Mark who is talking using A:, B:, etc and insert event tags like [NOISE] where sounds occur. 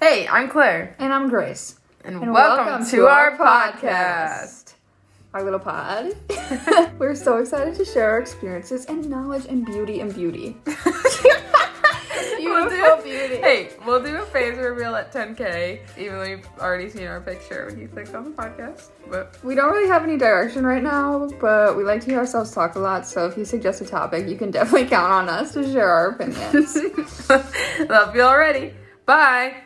A: Hey, I'm Claire,
B: And I'm Grace.
A: and,
B: And
A: welcome, to our podcast.
B: Our
A: [LAUGHS]
B: little pod. [LAUGHS] We're so excited to share our experiences and knowledge and beauty and
A: [LAUGHS]
B: beauty.
A: We'll do-
B: Beautiful beauty.
A: Hey, we'll do a phase reveal at 10K, even though you've already seen our picture when you clicked on the podcast. But [LAUGHS]
B: We don't really have any direction right now, but we like to hear ourselves talk a lot, so if you suggest a topic, you
A: [LAUGHS]
B: can definitely count on us to share our opinions.
A: love you already. Bye.